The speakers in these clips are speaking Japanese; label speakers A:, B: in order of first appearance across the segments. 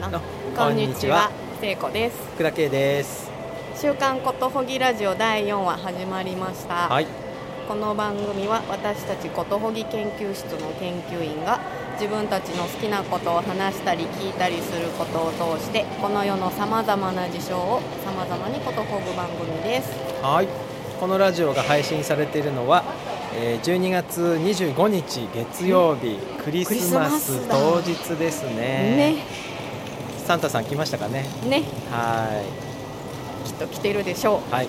A: な
B: あ
A: こんにちは
B: こん
A: 聖子です
B: 福田圭です
A: 週刊ことほぎラジオ第4話始まりました、
B: はい
A: この番組は私たちことほぎ研究室の研究員が自分たちの好きなことを話したり聞いたりすることを通してこの世のさまざまな事象をさまざまにことほぐ番組です
B: はいこのラジオが配信されているのは、えー、12月25日月曜日、クリス
A: ク
B: マ
A: リ
B: ス
A: スマスだ
B: 当日ですね
A: ね
B: サンタさん来ましたかね
A: ね
B: は
A: きっと来てるでしょう
B: いは
A: は
B: い
A: い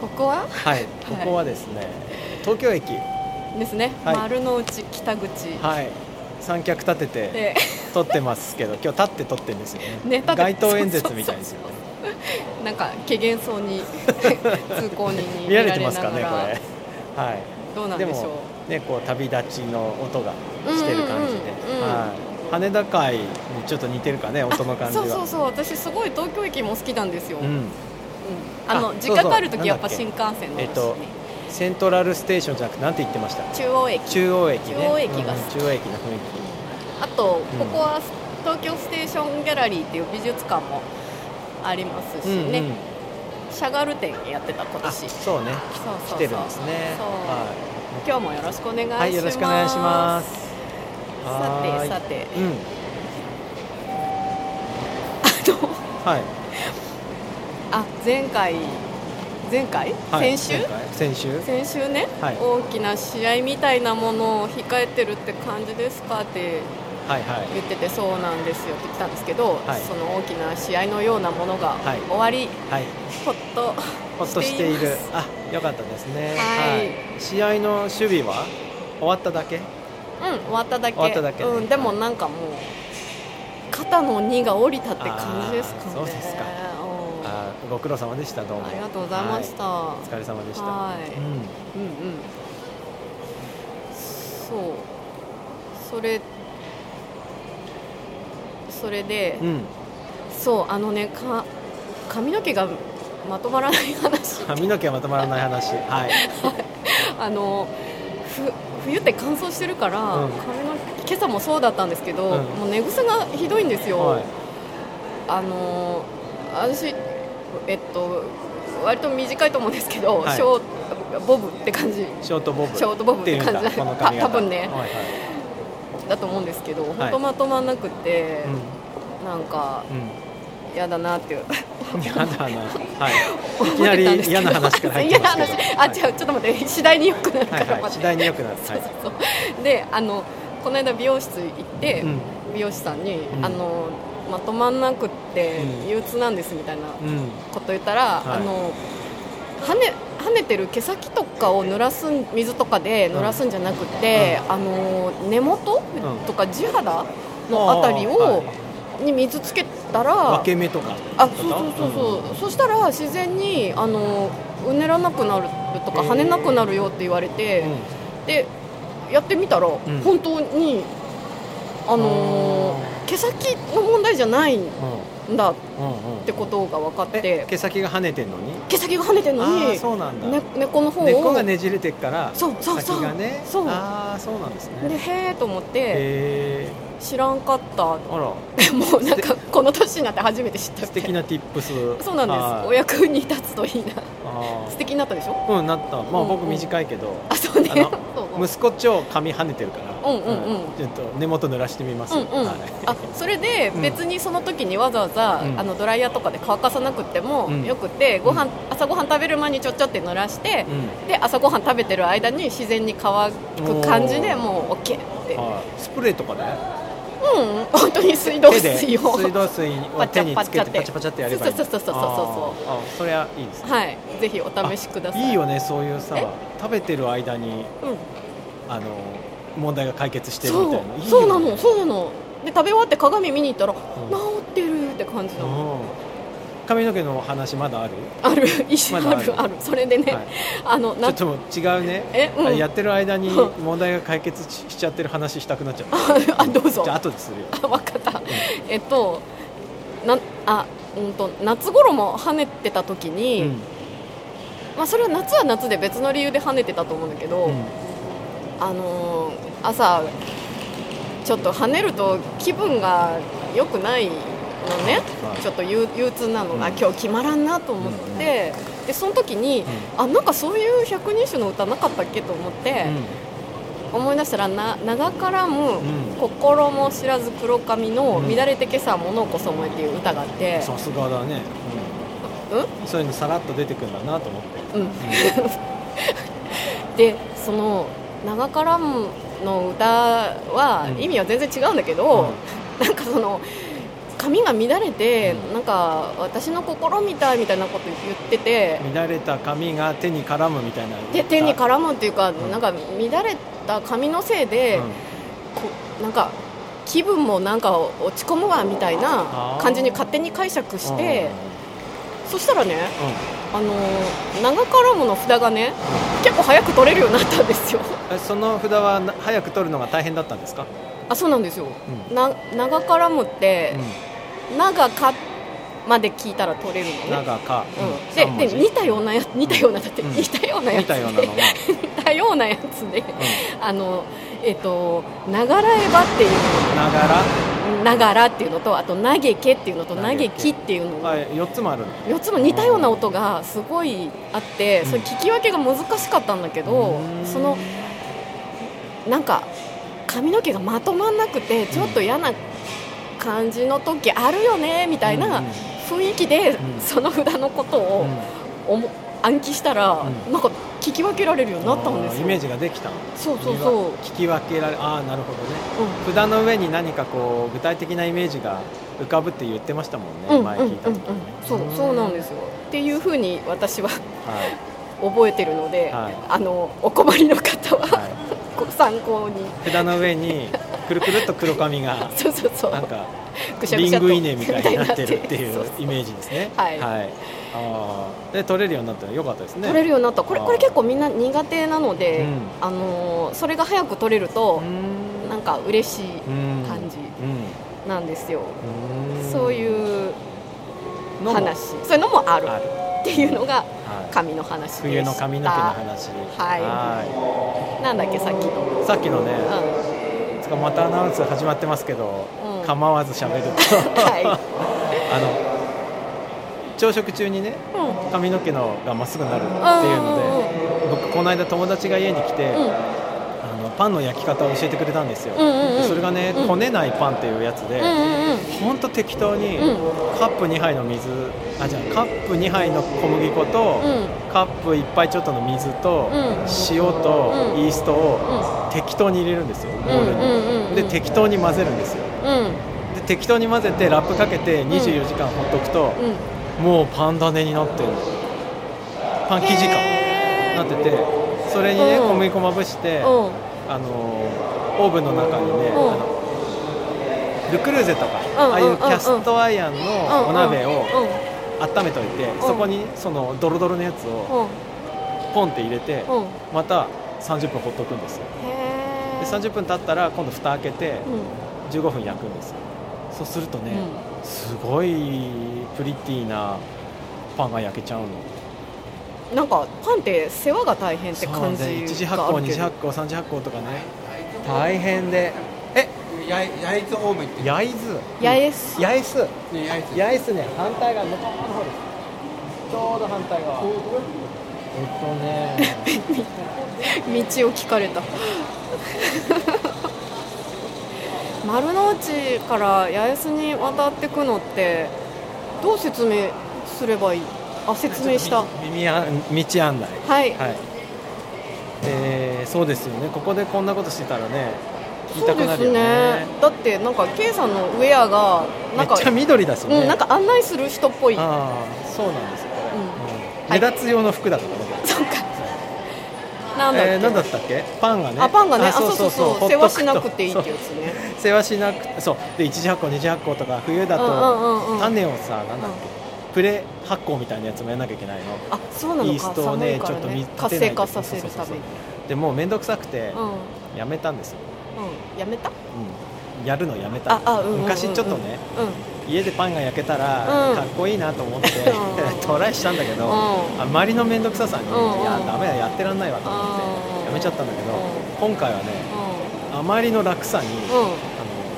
A: ここは
B: はいここはですね、東京駅
A: ですね、
B: はい
A: 丸の内北口
B: はい三脚立てて
A: で
B: 撮ってますけど今日立って撮ってるんですよ
A: ね
B: ね
A: 立って
B: 街頭演説みたいですよね
A: なんか怪げそう に通行人に
B: 見
A: 見ら
B: られ
A: れて
B: てま
A: ますす
B: か
A: かね
B: ねこれ
A: こ
B: はい
A: れどうなんでしょ
B: ね、こう旅立ちの音がしてる感じで、
A: うんうんうんうん
B: はい、羽田海にちょっと似てるかね
A: う
B: 音の感じは
A: あそうそうそう私すごい東京駅も好きなんですよ、
B: う
A: うん
B: ん、
A: あの
B: あ
A: 実家帰ると
B: そうそう
A: きやっぱ
B: なんだっけ
A: 新幹線の、ね
B: えっとセントラルステーションじゃなくてなんて言ってました
A: 中央駅
B: 中央駅ね
A: 中央駅が好き
B: うん中央駅の雰囲
A: あと
B: うん
A: ここは東京ステーションギャラリーっていう美術館もありますし
B: 気、うん
A: ね、
B: うん、
A: シャガル展やってた今
B: あ
A: 年そう
B: そうね
A: そうそう
B: 来てるんですね
A: そう
B: は
A: 今日もよろしくお願いし
B: い、
A: ます、
B: はい、よろしくお願いします
A: さ
B: はー
A: て
B: い
A: さて
B: うん
A: あの
B: はい
A: あ前回前回、
B: はい、
A: 先週
B: 前回先週
A: 先週ね、
B: はい
A: 大きな試合みたいなものを控えてるって感じですかって
B: はいはい
A: 言っててそうなんですよって言ったんですけど、
B: はい
A: その大きな試合のようなものが
B: はい
A: 終わり、
B: はい
A: ほっと
B: ほっとしてい
A: してい
B: るあよかったですね、
A: はい
B: 試合の守備は終わっただけ
A: うん終わっただけ
B: 終わっただけね
A: うん、でもなんかもう肩の荷が下りたって感じですかね
B: あーそうですか
A: うんあ
B: あーご苦労様でしたどうも
A: りがとうございました、
B: は
A: はい
B: お疲れ様で
A: い、
B: した、う
A: うんうんそうそれそれで、
B: ん、うん、
A: そうあのねか髪の毛がまとまらない話
B: 髪の毛はまとまらない話はい
A: あのふ冬って乾燥してるから、
B: うん
A: 髪の毛今朝もそうだったんですけど、
B: うん
A: もう寝癖がひどいんですよ、
B: はい
A: あの私えっと割と短いと思うんですけど、
B: はい
A: ショーボブって感じ
B: ショートボブ
A: ショートボブって感じ
B: っていうんだこの髪型
A: た多分ね
B: はいはい
A: だと思うんですけど、
B: い
A: 本当まとまらなくて、なんか
B: うん、
A: 嫌だなっていう
B: うん、嫌だなはいい
A: 思
B: きな
A: ってたんで
B: り
A: すけど
B: 嫌な話から入ってますけど
A: 嫌な話あ、違うちょっと待って次第に良くなるか
B: は
A: ら
B: い、はいはい、
A: 待
B: 次
A: って
B: 第に良くなるはい、
A: であのこの間美容室行って、
B: うん
A: 美容師さんに、
B: ん
A: あのまとまんなくって
B: うん
A: 憂鬱なんですみたいな
B: うん
A: こと言ったら、
B: はい
A: あの跳ね跳ねてる毛先とかを濡らすん水とかで濡らすんじゃなくて、あの根元、
B: ん
A: とか地肌のあたりを、
B: はい
A: に水つけたら
B: 分け目とか
A: あそうそうそうそう、そしたら自然にあのうねらなくなるとか
B: へー
A: 跳ねなくなるよって言われて、
B: うん
A: でやってみたら、
B: ん
A: 本当にあのー毛先の問題じゃないん
B: うん
A: だっ
B: うんうんうん
A: てことが分かっ
B: え
A: て
B: 毛先が跳ねてんのに
A: 毛先が跳ねてるの
B: あ
A: に
B: あそうなんだ、
A: ね、猫の方を
B: 根っこがねじれてっから
A: そうそうそう
B: 先がね
A: そう
B: ああそうなんです
A: で
B: ね
A: へえと思って
B: へえ
A: 知らんかった
B: あら
A: もうなんかこの年になって初めて知った
B: 素敵
A: な
B: な tips
A: そうなんですお
B: です
A: 役に立つといいな素敵になったでしょ
B: うんなったま
A: う
B: あ
A: ん
B: 僕短いけど
A: あそうね
B: あ
A: そううん
B: 息子超髪跳ねてるから
A: うんうんうん
B: ちょっと根元濡らしてみます
A: うん
B: はい
A: あそれで
B: うん
A: 別にその時にわざわざ、
B: うん
A: あのドライヤーとかで乾かさなくても
B: うん
A: よくて、ご飯朝ごはん食べる前にちょっちょって濡らして、
B: うん
A: で朝ごはん食べてる間に自然に乾く感じで
B: おー
A: もう OK って
B: はいスプレーとかね
A: うん本当に水道
B: 手で
A: 水
B: 水
A: を
B: 道水を手につけてパ
A: パ
B: チ
A: チャ
B: ャパ
A: パ
B: チ
A: チ
B: ャ
A: ャ
B: っ
A: ってて
B: やればいいん
A: そ
B: だ
A: うそうそうそうそうそう
B: あーあそれはいいですね
A: はいぜひお試しください
B: いいよねそういうさ
A: え
B: 食べてる間に
A: うん
B: あの問題が解決してるみ
A: そ
B: た
A: う
B: いないいよね
A: そうなのそうなので食べ終わって鏡見に行ったら、
B: ん
A: 治ってるって感じの、
B: うん髪の毛の話まだある、
A: ある一緒
B: ま
A: あ
B: だある
A: るあるそれでね、
B: はい
A: あの
B: ちょ
A: な
B: っともう違うね
A: えうん
B: やってる間に
A: う
B: 問題が解決ししちゃってる話したくなっちゃっ た
A: あどうぞ
B: じゃあ後でするよ
A: あわかった、えっとなあうんと夏頃も跳ねてた時に、
B: うん
A: まあ、それは夏は夏で別の理由で跳ねてたと思うんだけど、
B: うん
A: あのー朝ちょっと跳ねると気分が良くないのね、
B: はい
A: ちょっと憂憂鬱なのが、
B: うん
A: 今日決まらんなと思って、でその時に、あなんかそういう百人種の歌なかったっけと思って、思い出したらな長からむ、
B: ん
A: 心も知らず黒髪の
B: うん
A: 乱れて今朝物をこそ燃えっていう歌があって、
B: さすがだね、うん、そういうのさらっと出てくるんだなと思っ
A: う
B: て、
A: んうん、でその長からむの歌は
B: うん
A: 意味は全然違うんだけど、なんかその髪が乱れて、
B: うん
A: なんか私の心みたいみたいなこと言ってて、
B: うん乱れた髪が手に絡むみたいな
A: で手に
B: む、
A: 絡むっていうか、
B: ん
A: なんか乱れた髪のせいで、
B: うん
A: こなんか気分もなんか落ち込むわみたいな
B: あー
A: 感じに勝手に解釈して、そしたらね、
B: うんうん
A: あのー長からむの札がね結構早く取れるようになったんですよ
B: えその札はな早く取るのが大変だったんですか、
A: あそうなんですよ
B: うん
A: な長からむって
B: う、
A: 長かまで聞いたら取れる
B: ん、
A: のね
B: 長か、うん
A: で
B: 三文
A: で
B: 字
A: 似たようなやつ似たようなだって、
B: うん
A: 似たようなや
B: 見
A: つ
B: たようなのが、
A: 似たようなやつで
B: う
A: あのえっ、と「ながらえば」ってい
B: ん、なが
A: う「ながら」っていうのとあと「嘆け」っていうのと「
B: 嘆
A: 嘆
B: け
A: き」っていうの
B: ら、あ4つもあるの
A: 4つも似たような音がすごいあって、
B: うん
A: それ聞き分けが難しかったんだけど、
B: うん
A: そのなんか髪の毛がまとまんなくてちょっと嫌な感じの時あるよねみたいな
B: うんうん
A: 雰囲気で、
B: うん
A: その札のことを思暗記したら、
B: う
A: なんか聞き分けられるようになったんです
B: あー
A: よ
B: イメージができたの
A: そうそうそう、うん、
B: 聞き分けられああなるほどね札の上に何かこう具体的なイメージが浮かぶって言ってましたもんね、
A: うんうん
B: 前
A: うんう
B: 聞いた時にね
A: んそうそうなんですよっていうふうに私は
B: は
A: 覚えてるので、
B: はい
A: あのお困りの方は、
B: い、は
A: ご参考に
B: い、札の上にくるくるっと黒 髪が
A: そうそうそう
B: なんか
A: ぐしゃぐ
B: リ
A: しゃ
B: ン
A: と
B: グイネみたいになっ てるっ
A: そ
B: ていううイメージですね
A: はい
B: あーで取れるようになったらよかったですね
A: 取れるようになったこれ
B: あー
A: これ結構みんな苦手なので、
B: うん
A: あのーそれが早く取れると
B: う、ん
A: なんか嬉しい
B: うん
A: 感じ
B: う
A: なんですよ、
B: んうん
A: そういう
B: のも
A: 話そういうのもある
B: ある
A: っていうのが
B: はい
A: 髪の話でした
B: 冬の髪の毛の話
A: はい
B: は
A: なんだっけさっきの、
B: いさっきのね、
A: うん
B: つかまたアナウンス始まってますけど、
A: うん
B: 構わず喋る と
A: は
B: あの朝食中にね
A: い、うん
B: 髪の毛のがまっすぐなるっていうので僕この間友達が家に来て、
A: うんうん
B: あのパンの焼き方を教えてくれたんですよ、
A: うんうんうん
B: でそれがね、
A: うん
B: こねないパンっていうやつで、
A: うんうんうん
B: ほんと適当に、
A: うん
B: カップ2杯の水あじゃあカップ2杯の小麦粉と、
A: うん
B: カップ1杯ちょっとの水と、
A: うん
B: 塩と、
A: うん
B: イーストを適当に入れるんですよ、ボウルに
A: うんうんうんうん
B: で適当に混ぜるんですよ
A: うん
B: で適当に混ぜてラップかけて24時間ほっとくと、
A: うん
B: もうパンダネになってるパン生地か
A: へー
B: なっててそれにね
A: うん
B: 小麦粉まぶして、
A: うん
B: あのーオーブンの中にね、
A: うん
B: あのルクルーゼとか、
A: ん
B: ああいううんキャストアイアンのお鍋を
A: うん
B: 温めといて、
A: ん
B: そこにそのドロドロのやつをポンって入れて、
A: うんうん
B: また30分ほっとくんですよ
A: へ
B: で
A: ー
B: 30分経ったら今度蓋開けて
A: う
B: 15分焼くんですよそうするとね、
A: んうん
B: すごいプリティなパンが焼けちゃうの
A: なんかパンって世話が大変って
B: そう
A: 感
B: ね
A: じがあるけど
B: 1次発酵2次発酵3次発酵とかね大変でえ
C: や 焼津方面行ってる
B: 焼津
A: 八重洲
B: 八重洲
C: ね焼津
B: 八重洲ね反対側向こうの方ですちょうど反対側えっとね
A: 道を聞かれた 丸の内から八重洲に渡ってくのってどう説明すればいいあ説明した
B: 耳あ道案内
A: はい、
B: はいえー、そうですよねここでこんなことしてたらね聞き
A: そ
B: た
A: う
B: く
A: で
B: なる
A: す
B: よ
A: ね
B: ね
A: だってなんか K さんのウェアがなん
B: め
A: か
B: っちゃ緑だしね、
A: うん、なんか案内する人っぽい、うん、
B: ああそうなんですよ、うん
A: はい
B: 目立つ用の服だったかなこれ
A: そうかなんだっけ、
B: えー、何だったっけパンがね
A: あパンがねあそうそうそう世話しなくていいっ
B: そ
A: てやつね
B: う世話しなくてそうで一次発酵二次発酵とか冬だ
A: うんう
B: と
A: んうんうん
B: 種をさなんだっけプレ発酵みたいなやつもやんなきゃいけないの
A: あそうなの
B: イー
A: か
B: ストを
A: 寒
B: ね
A: いから
B: ちょっと
A: ね
B: 見
A: 活性化させるために
B: でもう面倒くさくて
A: うん
B: やめたんですよ、
A: うんやめた
B: うん、やるのやめた
A: ああうんうんうんうん
B: 昔ちょっとね
A: うん
B: 家でパンが焼けたら
A: うん
B: かっこいいなと思って、
A: うん
B: トライしたんだけど、
A: うん
B: あまりの面倒くささに、
A: うん
B: いやダメだやってらんないわと思って
A: うん
B: やめちゃったんだけど、
A: う
B: 今回はね
A: う
B: あまりの楽さに、あの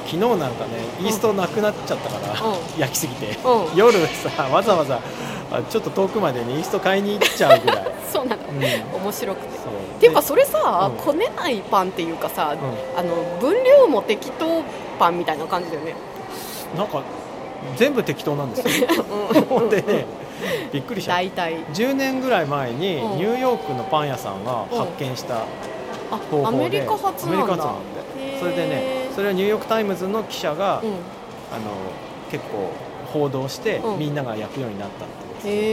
B: 昨日なんかねイーストなくなっちゃったから、
A: う
B: 焼きすぎて、
A: うん
B: 夜さわざわざあちょっと遠くまでにイースト買いに行っちゃうぐらい
A: そうなの、
B: うん
A: 面白くて。
B: そう
A: っていうかそれさ、
B: うん
A: こねないパンっていうかさ、
B: ん
A: あの分量も適当パンみたいな感じだよね、
B: でなんか全部適当なんですよ
A: うん、
B: でねびっくりした
A: 大体
B: 10年ぐらい前にニ
A: うん
B: ューヨークのパン屋さんが発見した
A: あ
B: 方
A: ア
B: 法で、
A: メリカ発なんだ
B: アメリカなんだ
A: へー
B: それでねそれはニューヨーク・タイムズの記者が、
A: うん、
B: あの結構報道して、
A: うん
B: みんなが焼くようになったっていう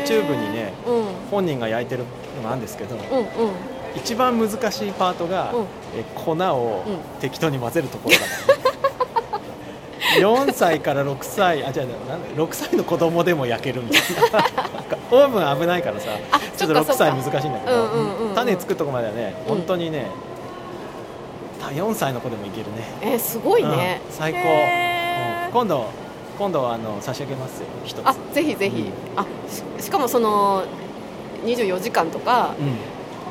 A: へえ
B: YouTube にね
A: うん
B: 本人が焼いてるのがあるんですけど、
A: うんうん
B: 一番難しいパートが、
A: うん
B: え粉を
A: うん
B: 適当に混ぜるところだ から、4歳から6歳あ違う違うなんだ6歳の子供でも焼けるみた いななんかオーブン危ないからさ
A: あそ
B: ちょ
A: っ
B: っ
A: かそ
B: と6
A: っか
B: 歳難しいんだけど、
A: うんうんうんうん
B: 種作るとこまではね
A: うん
B: 本当にね、た4歳の子でもいけるね
A: えーすごいね、
B: うん最高
A: へー
B: 今度今度はあの差し上げますよ一つ
A: あぜひぜひ、
B: うん
A: あししかもその24時間とか、
B: うん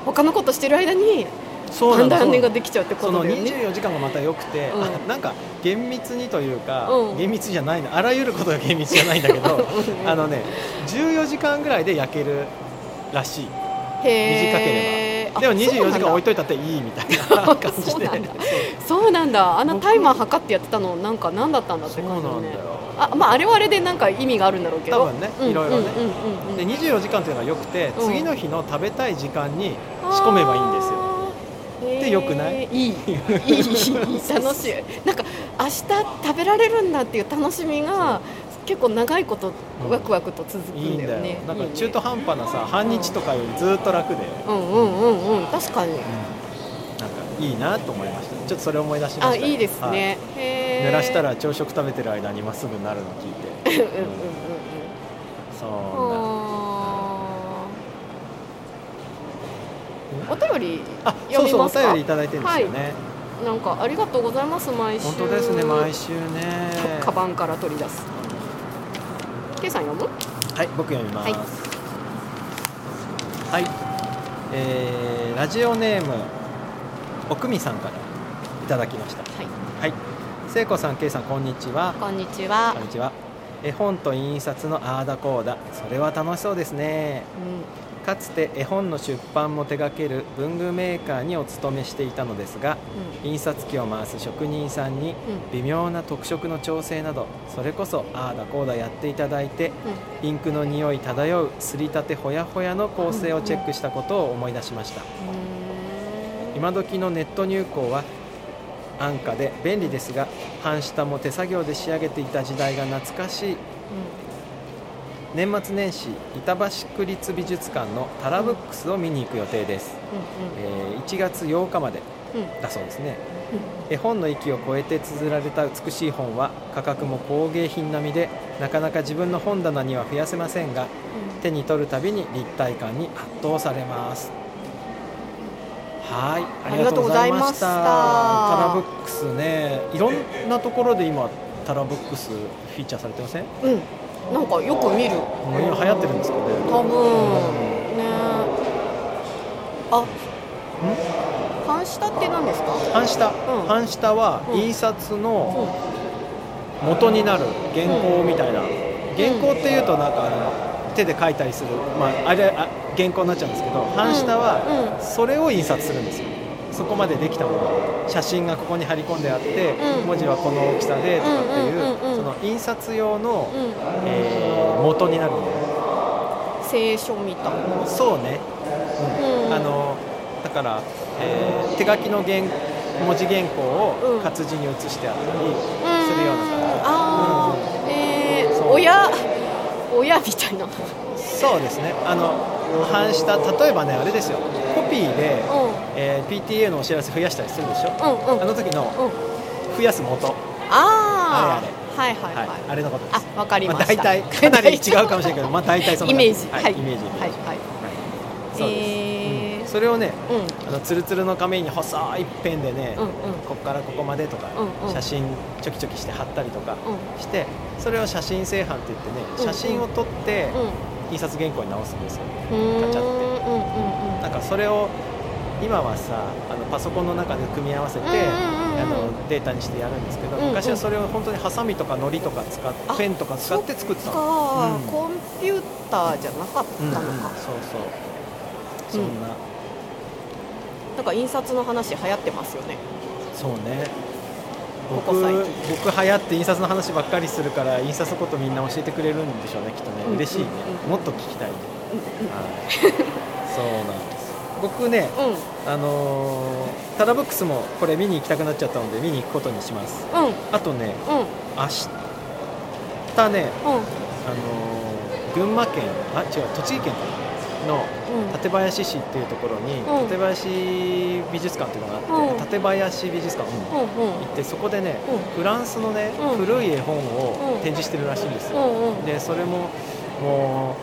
A: 他のことしてる間に
B: そう
A: パ
B: な
A: ン
B: んだ
A: ダ
B: そう
A: ン
B: な
A: ネ
B: んだ
A: ができちゃうってこ
B: そ
A: と
B: の
A: だよね
B: 24時間がまた良くて、
A: うん
B: あなんか厳密にというか、
A: うん
B: 厳密じゃないのあらゆることが厳密じゃないんだけ ど
A: うんうん
B: あのね14時間ぐらいで焼けるらしい短け
A: へ
B: れ
A: ー
B: ばでも24時間置い
A: と
B: といたっていいみたいな感 じで
A: そうなんだ
B: そう
A: そうなんだあの
B: 僕
A: タイマー測ってやってたのなんか何だったんだって
B: そう
A: 感じ
B: な
A: だ
B: ん
A: ね
B: だよ
A: あまああれはあれでなんか意味があるんだろうけど
B: 多分ね
A: うん
B: いろいろね
A: うんうんうんうん
B: で24時間というのが良くて、
A: うん
B: 次の日の食べたい時間に仕込めばいいんですよ
A: あー
B: で良くない
A: へーいいいいいいいい楽しいなんか明日食べられるんだっていう楽しみが結構長いこと
B: うん
A: ワクワクと続く
B: いい
A: ん
B: ん
A: だ
B: だ
A: よ
B: よ
A: ね
B: なんか
A: いいね
B: 中途半端なさ半日とかよりずっと楽で、
A: うんうんうんうん確かに
B: なんかいいなと思いましたちょっとそれ思い出しました
A: あいいです
B: は
A: ねへー
B: 濡らしたら朝食食べてる間にまっすぐなるの聞いて
A: うんうんうんうん
B: そ
A: あ
B: う
A: ー
B: な
A: お便り
B: あそ
A: 読
B: う
A: み
B: そうお
A: ますか
B: 便りいただいてるんですよね、
A: なんかありがとうございます毎週
B: 本当ですね毎週ね
A: カバンから取り出す K さん読む
B: はい僕読みますはい、えーラジオネームおくみさんからいただきました
A: はい
B: はい聖子さんけいさんこんにちは
A: こんにちは
B: こんにちは絵本と印刷のあーだこーだそれは楽しそうですね
A: う
B: かつて絵本の出版も手掛ける文具メーカーにお勤めしていたのですが
A: ん
B: 印刷機を回す職人さんに
A: うん
B: 微妙な特色の調整などそれこそああだこうだやっていただいて
A: うん
B: インクの匂い漂うすりたてほやほやの構成をチェックしたことを思い出しました
A: うん
B: 今時のネット入稿は安価で便利ですが半下も手作業で仕上げていた時代が懐かしい年末年始板橋区立美術館のタラブックスを見に行く予定です、えー1月8日まで
A: うんうんうんうん
B: だそうですね絵本の域を超えて綴られた美しい本は価格も工芸品並みでなかなか自分の本棚には増やせませんが手に取るたびに立体感に圧倒されますはいありがとうございましたタ
A: あ
B: ラ
A: り
B: ブ
A: がと
B: ックスねいろんなところで今タラブックスフィーチャーされてません
A: うんうんなんかよく見る
B: 今流行ってるんですかね
A: 多分ねあ半下って何ですか
B: 半下、
A: うん
B: 半下は
A: うん
B: 印刷
A: う
B: の
A: ん
B: 元になる原稿みたいな、原稿っていうとなんかあの手で書いたりする、まあ、あれあ原稿になっちゃうんですけど半下
A: う
B: は
A: ん
B: それを印刷するんですよそこまでできたもの写真がここに貼り込んであって、
A: うん
B: 文字はこの大きさでとかってい
A: う
B: う,、
A: んうんうんうん
B: その印刷用の、
A: うん
B: えー元になるもの
A: 聖書みたいな
B: そうね
A: うん
B: あのだから、えー手書きの原文字原稿
A: う
B: を
A: ん
B: 活字に写してあったり
A: す
B: するような感じ、
A: ああえー
B: そう
A: 親親みたいな
B: そうですねあの反した例えばねあれですよコピーで、
A: うん
B: えー PTA のお知らせ増やしたりするでしょ、
A: うんうん
B: あの時の
A: うん
B: 増やす元、はい
A: あ
B: あれ
A: あはいはいはい、
B: あれのことです
A: あわかりました
B: あ 大体かなり違うかもしれないけどまあ大体そん
A: イ
B: な
A: メ
B: 感
A: ー
B: じ
A: ジ
B: はいイメージイメージ
A: はいはい
B: そう
A: え
B: で
A: ー
B: す、それをね
A: うん
B: あのツルツルの紙に細いペンでね、
A: うんうん
B: ここからここまでとか、
A: うんうん
B: 写真ちょきちょきして貼ったりとか
A: う
B: して、それを写真製版って言ってね
A: うんうん
B: 写真を撮って
A: んうん
B: 印刷原稿に直すんですよ、
A: うーん
B: ガチャ
A: うんうんうん
B: なんかそれを今はさあのパソコンの中で組み合わせて、
A: うんうんうん
B: あのデータにしてやるんですけど、
A: うんうん
B: 昔はそれを本当にハサミとか糊とか使って
A: あ
B: ペンとか使って作ってたの
A: か、
B: うん
A: コンピューターじゃなかった
B: うん、
A: のか、
B: そうそうそんな、
A: なんか印刷の話流行ってますよね
B: そうね
A: ここ
B: 僕
A: 最近
B: 僕流行って印刷の話ばっかりするから印刷のことみんな教えてくれるんでしょうねきっとね
A: うん
B: 嬉しいね
A: うん
B: もっと聞きたいね、はいそうなんです僕ね
A: うんうん
B: あのータラブックスもこれ見に行きたくなっちゃったので見に行くことにしますあとね
A: うん
B: 明日ね、
A: うん
B: あのー群馬県あ違う栃木県かなの
A: うん
B: 館林市っていうところに、
A: うん
B: 館林美術館っていうのがあって、
A: うん
B: 館林美術館、
A: うんうん
B: 行ってそこでね、
A: う
B: フランスのね、
A: うん
B: 古い絵本を展示してるらしいんです
A: う
B: よ、
A: んうん
B: でそれもも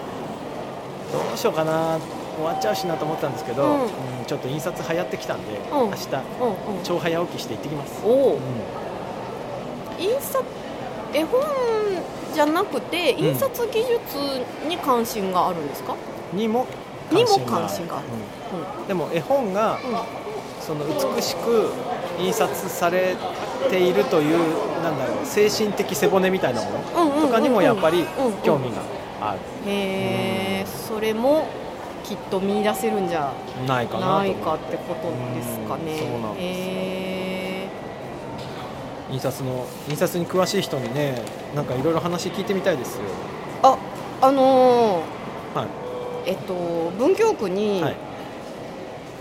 B: うどうしようかな終わっちゃうしなと思ったんですけど、
A: うん
B: うんちょっと印刷流行ってきたんで、
A: ん
B: 明日
A: うんうん
B: 超早起きして行ってきます、
A: おお
B: うん
A: 印刷絵本じゃなくて
B: ん
A: 印刷技術に関心があるんですか、
B: にも関心
A: にも
B: があ
A: 関心
B: る
A: がある
B: うんでも絵本が
A: うん、
B: その美しく印刷されているというなんだろう精神的背骨みたいなも
A: うんうんうんう
B: の
A: ん
B: とかにもやっぱり
A: うんうん
B: 興味がある
A: へえそれもきっと見出せるんじゃ
B: ないかなと
A: ない
B: 思
A: か
B: う
A: ってことですかね
B: うんそうなんです
A: へ
B: 印刷の印刷に詳しい人にねなんかいろいろ話聞いてみたいですよ
A: えああのー
B: はい
A: えっと文京区に
B: はい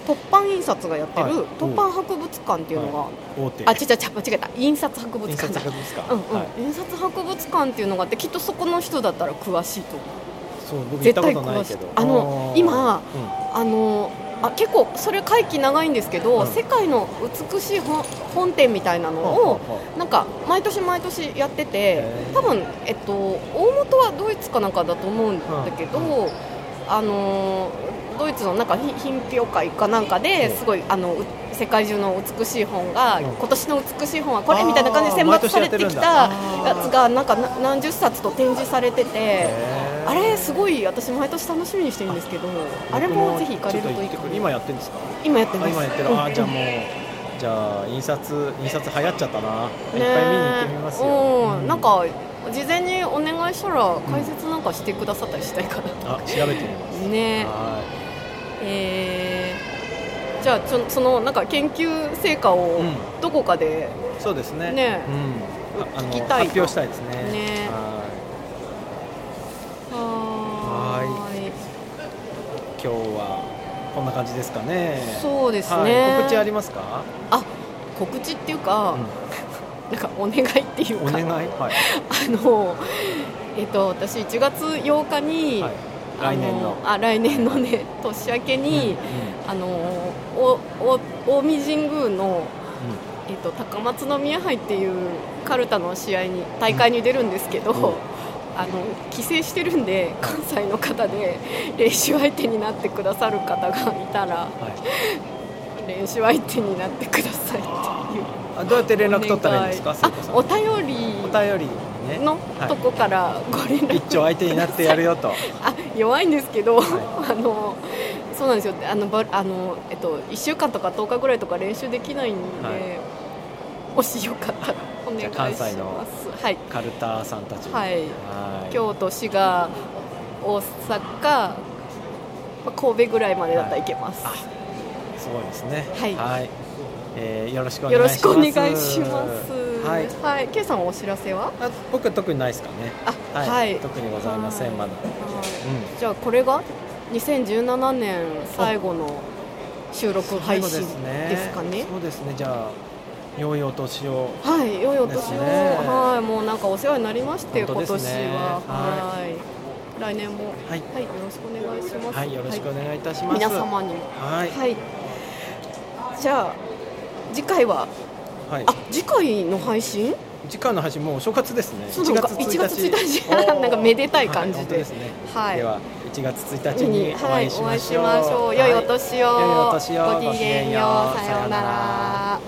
A: 凸版印刷がやってる、
B: はい
A: 凸版博物館っていうのが、
B: 大手
A: あ違う違う間違えた印刷博物
B: 印
A: 館
B: 刷
A: だ
B: 博物館
A: うんうん
B: はい
A: 印刷博物館っていうのがあってきっとそこの人だったら詳しいと思う
B: そう僕行ったことないけど
A: 絶対詳しいあの今
B: うん
A: あのあ結構それ会期長いんですけど、
B: うん
A: 世界の美しい本本店みたいなの
B: ほうほ
A: を
B: うほう
A: なんか毎年毎年やってて
B: へー
A: 多分、えっと、大元はドイツかなんかだと思うんだけど、
B: う
A: あのドイツのなんかひ品評会かなんか
B: う
A: で
B: ん
A: すごいあのう世界中の美しい本が、
B: うん
A: 今年の美しい本はこれみたいな感じで選抜されてきた
B: あー毎年やってるんだ
A: やつがなんかな何十冊と展示されてて。
B: へー
A: あれすごい私毎年楽しみにしてるんですけどあれもぜひ行かれるといいか
B: ちょっ
A: も
B: 行ってくる今やってるんですか
A: 今やってま
B: あ
A: す
B: 今やってる、
A: うん
B: あじゃあもうじゃあ印刷印刷流行っちゃったな、いっぱい見に行ってみますよ、
A: うん
B: う
A: なんか事前にお願いしたら解説なんかしてくださったりしたいかな、
B: あ調べてみます
A: ね
B: は
A: えーじゃあちょそのなんか研究成果を
B: うん
A: どこかで、
B: いそうですね
A: ね
B: うん、ああの
A: 聞きたいな
B: 発表したいですね
A: ね
B: は
A: はーい
B: い今日はこんな感じですかね
A: そうですね、
B: はい、告知ありますか、
A: あ告知っていうか、
B: うん
A: なんかお願いっていうか
B: お願い
A: あ
B: はい、
A: のえっと私1月8日に、
B: はい、来年の
A: あのあ来年のね年明けに、あのおお近江神宮の、えっと高松宮杯っていうかるたの試合に大会に出るんですけど、
B: うん
A: あの帰省してるんで関西の方で練習相手になってくださる方がいたら
B: うんうんはい
A: 練習相手になってくださいっていう
B: あどうやって連絡取ったらいいんですか
A: あ
B: 聖子さん
A: お便り
B: お便りね
A: の
B: はい
A: とこからご連絡
B: 一丁相手になってやるよと
A: あ弱いんですけど、
B: は
A: あのそうなんですよあのばあの、えっと、1週間とか10日ぐらいとか練習できないんで、
B: はい
A: もしよかったらお願いし
B: じゃあ
A: ま
B: 関
A: す
B: 西の
A: はい、
B: カルタさんたちに
A: はい
B: はい
A: 京都滋賀大阪、まあ神戸ぐらいまでだったらいけます、
B: はいすごいですね。
A: はい
B: えーよろしくお
A: よ
B: 願い
A: ろ
B: します。
A: しくお願いします
B: はい。
A: はい、K さんお知らせは
B: あ、僕は特にないですかね。
A: あはい、
B: 特にございませんまだ。
A: はい
B: うん。
A: じゃあこれが2017年最後の収録配信ですかね
B: そうですね。じゃあ良いお年を。
A: はい、良いお年を、
B: ですね
A: はい、もうなんかお世話になりまして、今
B: 本
A: 年
B: 当
A: は、
B: ですね
A: はい、来年も、
B: はい。
A: はい、よろしくお願いします。
B: はい、よろしくお
A: は
B: 願いいたし
A: い
B: ます。
A: 皆様にも、
B: はい。
A: はい、じゃあ、次回は、
B: はい
A: あ、。次回の配信。
B: 時間の配信もうお正月ですね。
A: そうそう1月1日
B: おー
A: なんかめでたい感じで
B: は本当すね
A: はい
B: では1月1日にお
A: は
B: 会
A: い
B: い、し
A: お
B: ま
A: 会い
B: し
A: し
B: ょう。
A: ましょう。良いお
B: は
A: 年を。
B: 良いお年を
A: ごきげんよう
B: ごきげんよう
A: さようなら。